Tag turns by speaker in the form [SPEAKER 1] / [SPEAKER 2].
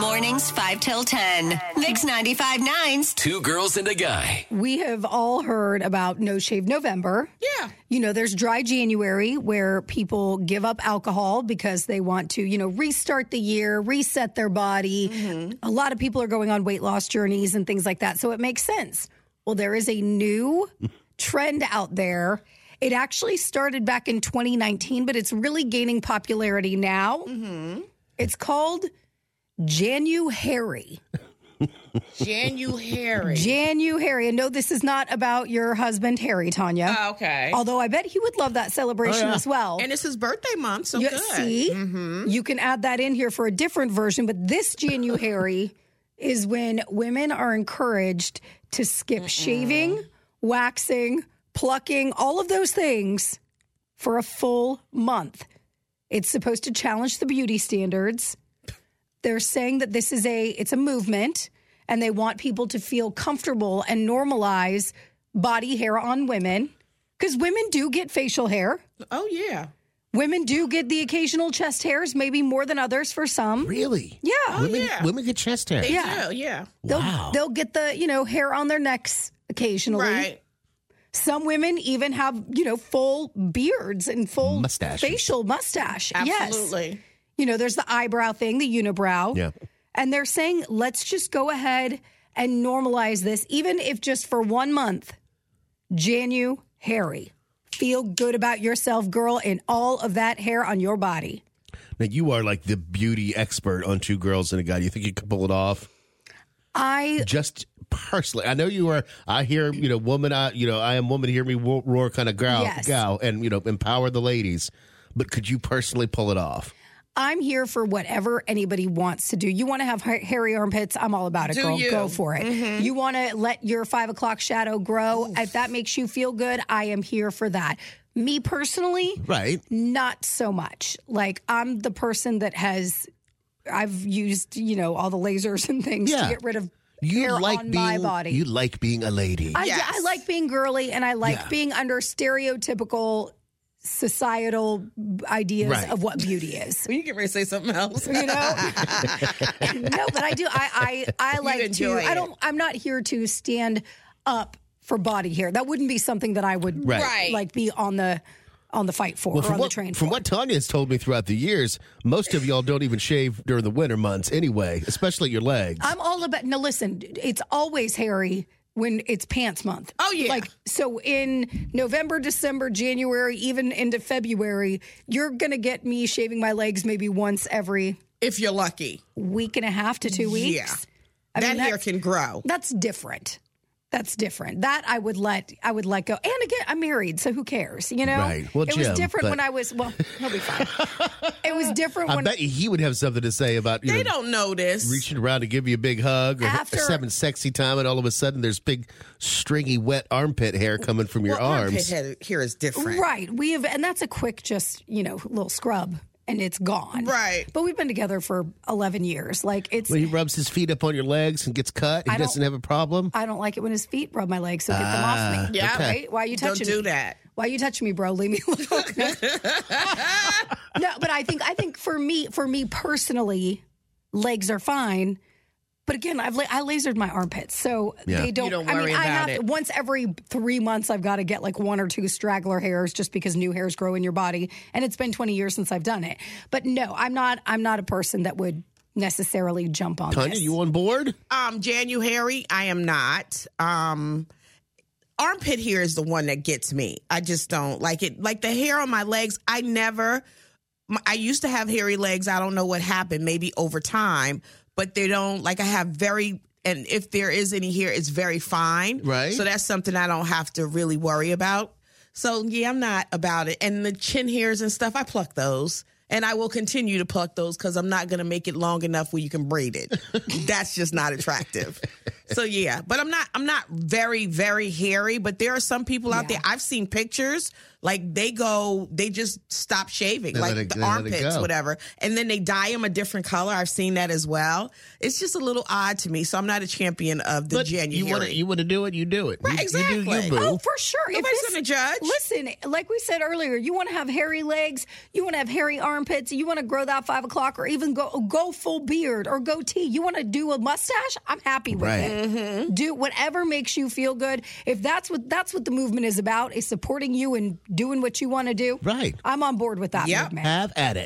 [SPEAKER 1] mornings, 5 till 10. Vix 95.9's
[SPEAKER 2] Two girls and a guy.
[SPEAKER 3] We have all heard about No Shave November.
[SPEAKER 4] Yeah.
[SPEAKER 3] You know, there's dry January where people give up alcohol because they want to, you know, restart the year, reset their body. A lot of people are going on weight loss journeys and things like that. So it makes sense. Well, there is a new trend out there. It actually started back in 2019, but it's really gaining popularity now. It's called January.
[SPEAKER 4] January.
[SPEAKER 3] January. And no, this is not about your husband, Harry, Tanya.
[SPEAKER 4] Oh, okay.
[SPEAKER 3] Although I bet he would love that celebration as well.
[SPEAKER 4] and it's his birthday month, so
[SPEAKER 3] you,
[SPEAKER 4] good. Mm-hmm.
[SPEAKER 3] see, you can add that in here for a different version, but this January is when women are encouraged to skip shaving, waxing, plucking, all of those things for a full month. It's supposed to challenge the beauty standards. They're saying that this is a it's a movement and they want people to feel comfortable and normalize body hair on women cuz women do get facial hair.
[SPEAKER 4] Oh yeah.
[SPEAKER 3] Women do get the occasional chest hairs, maybe more than others for some.
[SPEAKER 5] Really?
[SPEAKER 3] Oh, Yeah.
[SPEAKER 5] women,
[SPEAKER 4] yeah.
[SPEAKER 5] women get chest hair.
[SPEAKER 4] They
[SPEAKER 3] Yeah.
[SPEAKER 4] do, yeah.
[SPEAKER 3] They'll,
[SPEAKER 5] wow.
[SPEAKER 3] they'll get the, you know, hair on their necks occasionally.
[SPEAKER 4] Right.
[SPEAKER 3] Some women even have, you know, full beards and full
[SPEAKER 5] Mustaches.
[SPEAKER 3] facial mustache. Yes.
[SPEAKER 4] Absolutely.
[SPEAKER 3] You know, there's the eyebrow thing, the unibrow.
[SPEAKER 5] Yeah.
[SPEAKER 3] And they're saying, let's just go ahead and normalize this, even if just for one month. Janu Harry. Feel good about yourself, girl, and all of that hair on your body.
[SPEAKER 5] Now you are like the beauty expert on two girls and a guy. You think you could pull it off?
[SPEAKER 3] I
[SPEAKER 5] Just personally, I know you are. I hear you know, woman. I you know, I am woman. Hear me wo- roar, kind of growl,
[SPEAKER 3] Yes.
[SPEAKER 5] growl, and you know, empower the ladies. But could you personally pull it off?
[SPEAKER 3] I'm here for whatever anybody wants to do. You want to have ha- hairy armpits? I'm all about it,
[SPEAKER 4] Do
[SPEAKER 3] girl.
[SPEAKER 4] you.
[SPEAKER 3] Go for it. You want to let your five o'clock shadow grow? If that makes you feel good, I am here for that. Me personally,
[SPEAKER 5] Right.
[SPEAKER 3] not so much. Like I'm the person that has, I've used you know all the lasers and things
[SPEAKER 5] Yeah.
[SPEAKER 3] to get rid of
[SPEAKER 5] You
[SPEAKER 3] hair
[SPEAKER 5] like
[SPEAKER 3] on
[SPEAKER 5] being.
[SPEAKER 3] my body.
[SPEAKER 5] You like being a lady.
[SPEAKER 3] I,
[SPEAKER 4] Yes.
[SPEAKER 3] I like being girly and I like
[SPEAKER 5] Yeah.
[SPEAKER 3] being under stereotypical societal ideas
[SPEAKER 5] Right.
[SPEAKER 3] of what beauty is.
[SPEAKER 4] Well, you get ready to say something else.
[SPEAKER 3] you know no but i do i i, I like to
[SPEAKER 4] enjoy
[SPEAKER 3] i
[SPEAKER 4] it.
[SPEAKER 3] don't i'm not here to stand up for body hair that wouldn't be something that i would
[SPEAKER 5] Right.
[SPEAKER 4] Right.
[SPEAKER 3] like be on the on the fight for
[SPEAKER 5] Well,
[SPEAKER 3] or
[SPEAKER 5] from
[SPEAKER 3] on
[SPEAKER 5] what,
[SPEAKER 3] the train
[SPEAKER 5] from
[SPEAKER 3] for
[SPEAKER 5] what Tanya has told me throughout the years, most of y'all don't even shave during the winter months anyway, especially your legs.
[SPEAKER 3] i'm all about now listen it's always hairy when it's pants month
[SPEAKER 4] Oh, yeah.
[SPEAKER 3] like so in november december january even into february you're gonna get me shaving my legs maybe once every
[SPEAKER 4] if you're lucky.
[SPEAKER 3] week and a half to two weeks
[SPEAKER 4] Yeah.
[SPEAKER 3] I
[SPEAKER 4] that
[SPEAKER 3] mean,
[SPEAKER 4] hair
[SPEAKER 3] that's-
[SPEAKER 4] can grow.
[SPEAKER 3] That's different. That's different. That I would let I would let go. And again, I'm married, so who cares? You know,
[SPEAKER 5] Right. Well,
[SPEAKER 3] it
[SPEAKER 5] Jim,
[SPEAKER 3] was different
[SPEAKER 5] but-
[SPEAKER 3] when I was. Well, he'll be fine. it was different
[SPEAKER 5] I
[SPEAKER 3] when
[SPEAKER 5] bet you he would have something to say about you
[SPEAKER 4] They
[SPEAKER 5] know,
[SPEAKER 4] don't know this.
[SPEAKER 5] reaching around to give you a big hug or
[SPEAKER 3] After-
[SPEAKER 5] having sexy time, and all of a sudden there's big stringy wet armpit hair coming from your
[SPEAKER 4] Well, armpit
[SPEAKER 5] arms.
[SPEAKER 4] hair- hair is different.
[SPEAKER 3] right. We have, and that's a quick, just you know, little scrub, and it's gone.
[SPEAKER 4] Right.
[SPEAKER 3] But we've been together for 11 years. Like it's.
[SPEAKER 5] When he rubs his feet up on your legs and gets cut, he
[SPEAKER 3] I don't-
[SPEAKER 5] doesn't have a problem.
[SPEAKER 3] I don't like it when his feet rub my legs, so get them
[SPEAKER 5] Ah,
[SPEAKER 3] off me.
[SPEAKER 4] yeah.
[SPEAKER 3] Right? Why are you
[SPEAKER 4] Don't
[SPEAKER 3] touching
[SPEAKER 4] do
[SPEAKER 3] me?
[SPEAKER 4] that.
[SPEAKER 3] Why you touch me, bro? Leave me alone. no, but I think I think for me, for me personally, legs are fine. But again, I've la- I lasered my armpits, so
[SPEAKER 5] Yeah.
[SPEAKER 3] they don't.
[SPEAKER 4] You don't
[SPEAKER 3] I mean,
[SPEAKER 4] worry
[SPEAKER 3] I
[SPEAKER 4] about
[SPEAKER 3] have
[SPEAKER 4] it.
[SPEAKER 3] once every three months. I've got to get like one or two straggler hairs just because new hairs grow in your body, and it's been twenty years since I've done it. But no, I'm not. I'm not a person that would necessarily jump on
[SPEAKER 5] Tanya,
[SPEAKER 3] this.
[SPEAKER 5] you on board?
[SPEAKER 4] Um, January, I am not. Um, armpit hair is the one that gets me. I just don't like it. Like the hair on my legs, I never. my- I used to have hairy legs. I don't know what happened. Maybe over time, but they don't. Like I have very. And if there is any hair, it's very fine.
[SPEAKER 5] Right.
[SPEAKER 4] So that's something I don't have to really worry about. So yeah, I'm not about it. And the chin hairs and stuff, I pluck those. And I will continue to pluck those because I'm not going to make it long enough where you can braid it. That's just not attractive. So yeah, but I'm not I'm not very very hairy, but there are some people out there I've seen pictures like they go they just stop shaving
[SPEAKER 5] They let
[SPEAKER 4] like
[SPEAKER 5] it-
[SPEAKER 4] the
[SPEAKER 5] they let it
[SPEAKER 4] armpits
[SPEAKER 5] go.
[SPEAKER 4] whatever and then they dye them a different color. I've seen that as well. It's just a little odd to me, so I'm not a champion of the
[SPEAKER 5] But
[SPEAKER 4] January.
[SPEAKER 5] you want to you want to do it, you do it.
[SPEAKER 4] Right,
[SPEAKER 5] You- You do you,
[SPEAKER 4] exactly.
[SPEAKER 5] boo.
[SPEAKER 3] Oh, for sure. If
[SPEAKER 4] Nobody's
[SPEAKER 3] this-
[SPEAKER 4] gonna judge.
[SPEAKER 3] Listen, like we said earlier, you want to have hairy legs, you want to have hairy armpits, you want to grow that five o'clock, or even go go full beard or goatee. You want to do a mustache? I'm happy with
[SPEAKER 5] Right.
[SPEAKER 3] it. Do whatever makes you feel good. If that's what that's what the movement is about, is supporting you and doing what you want to do.
[SPEAKER 5] Right.
[SPEAKER 3] I'm on board with that
[SPEAKER 4] Yep.
[SPEAKER 3] movement.
[SPEAKER 5] Have at it.